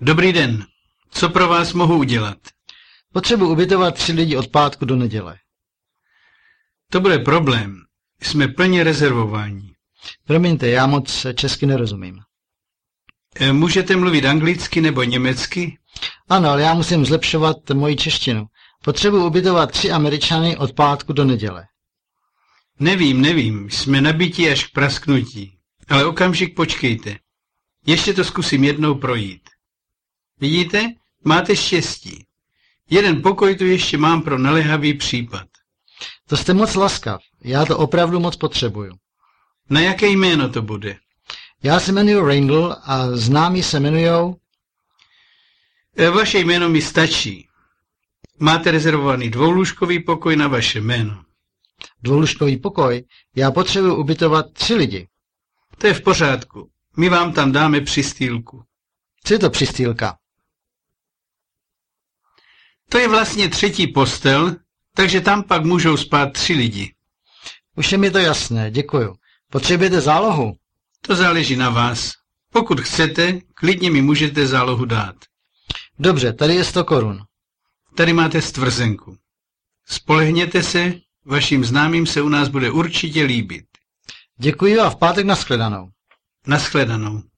Dobrý den. Co pro vás mohu udělat? Potřebuji ubytovat tři lidi od pátku do neděle. To bude problém. Jsme plně rezervováni. Promiňte, já moc česky nerozumím. E, Můžete mluvit anglicky nebo německy? Ano, ale já musím zlepšovat moji češtinu. Potřebuji ubytovat tři američany od pátku do neděle. Nevím, nevím. Jsme nabití až k prasknutí. Ale okamžik počkejte. Ještě to zkusím jednou projít. Vidíte? Máte štěstí. Jeden pokoj tu ještě mám pro naléhavý případ. To jste moc laskav. Já to opravdu moc potřebuju. Na jaké jméno to bude? Já se jmenuji Randall a známí se jmenujou... E, Vaše jméno mi stačí. Máte rezervovaný dvoulůžkový pokoj na vaše jméno. Dvoulužkový pokoj. Já potřebuji ubytovat tři lidi. To je v pořádku. My vám tam dáme přistýlku. Co je to přistýlka? To je vlastně třetí postel, takže tam pak můžou spát tři lidi. Už je mi to jasné, děkuju. Potřebujete zálohu? To záleží na vás. Pokud chcete, klidně mi můžete zálohu dát. Dobře, tady je 100 korun. Tady máte stvrzenku. Spolehněte se, vašim známým se u nás bude určitě líbit. Děkuji a v pátek nashledanou. Naschledanou.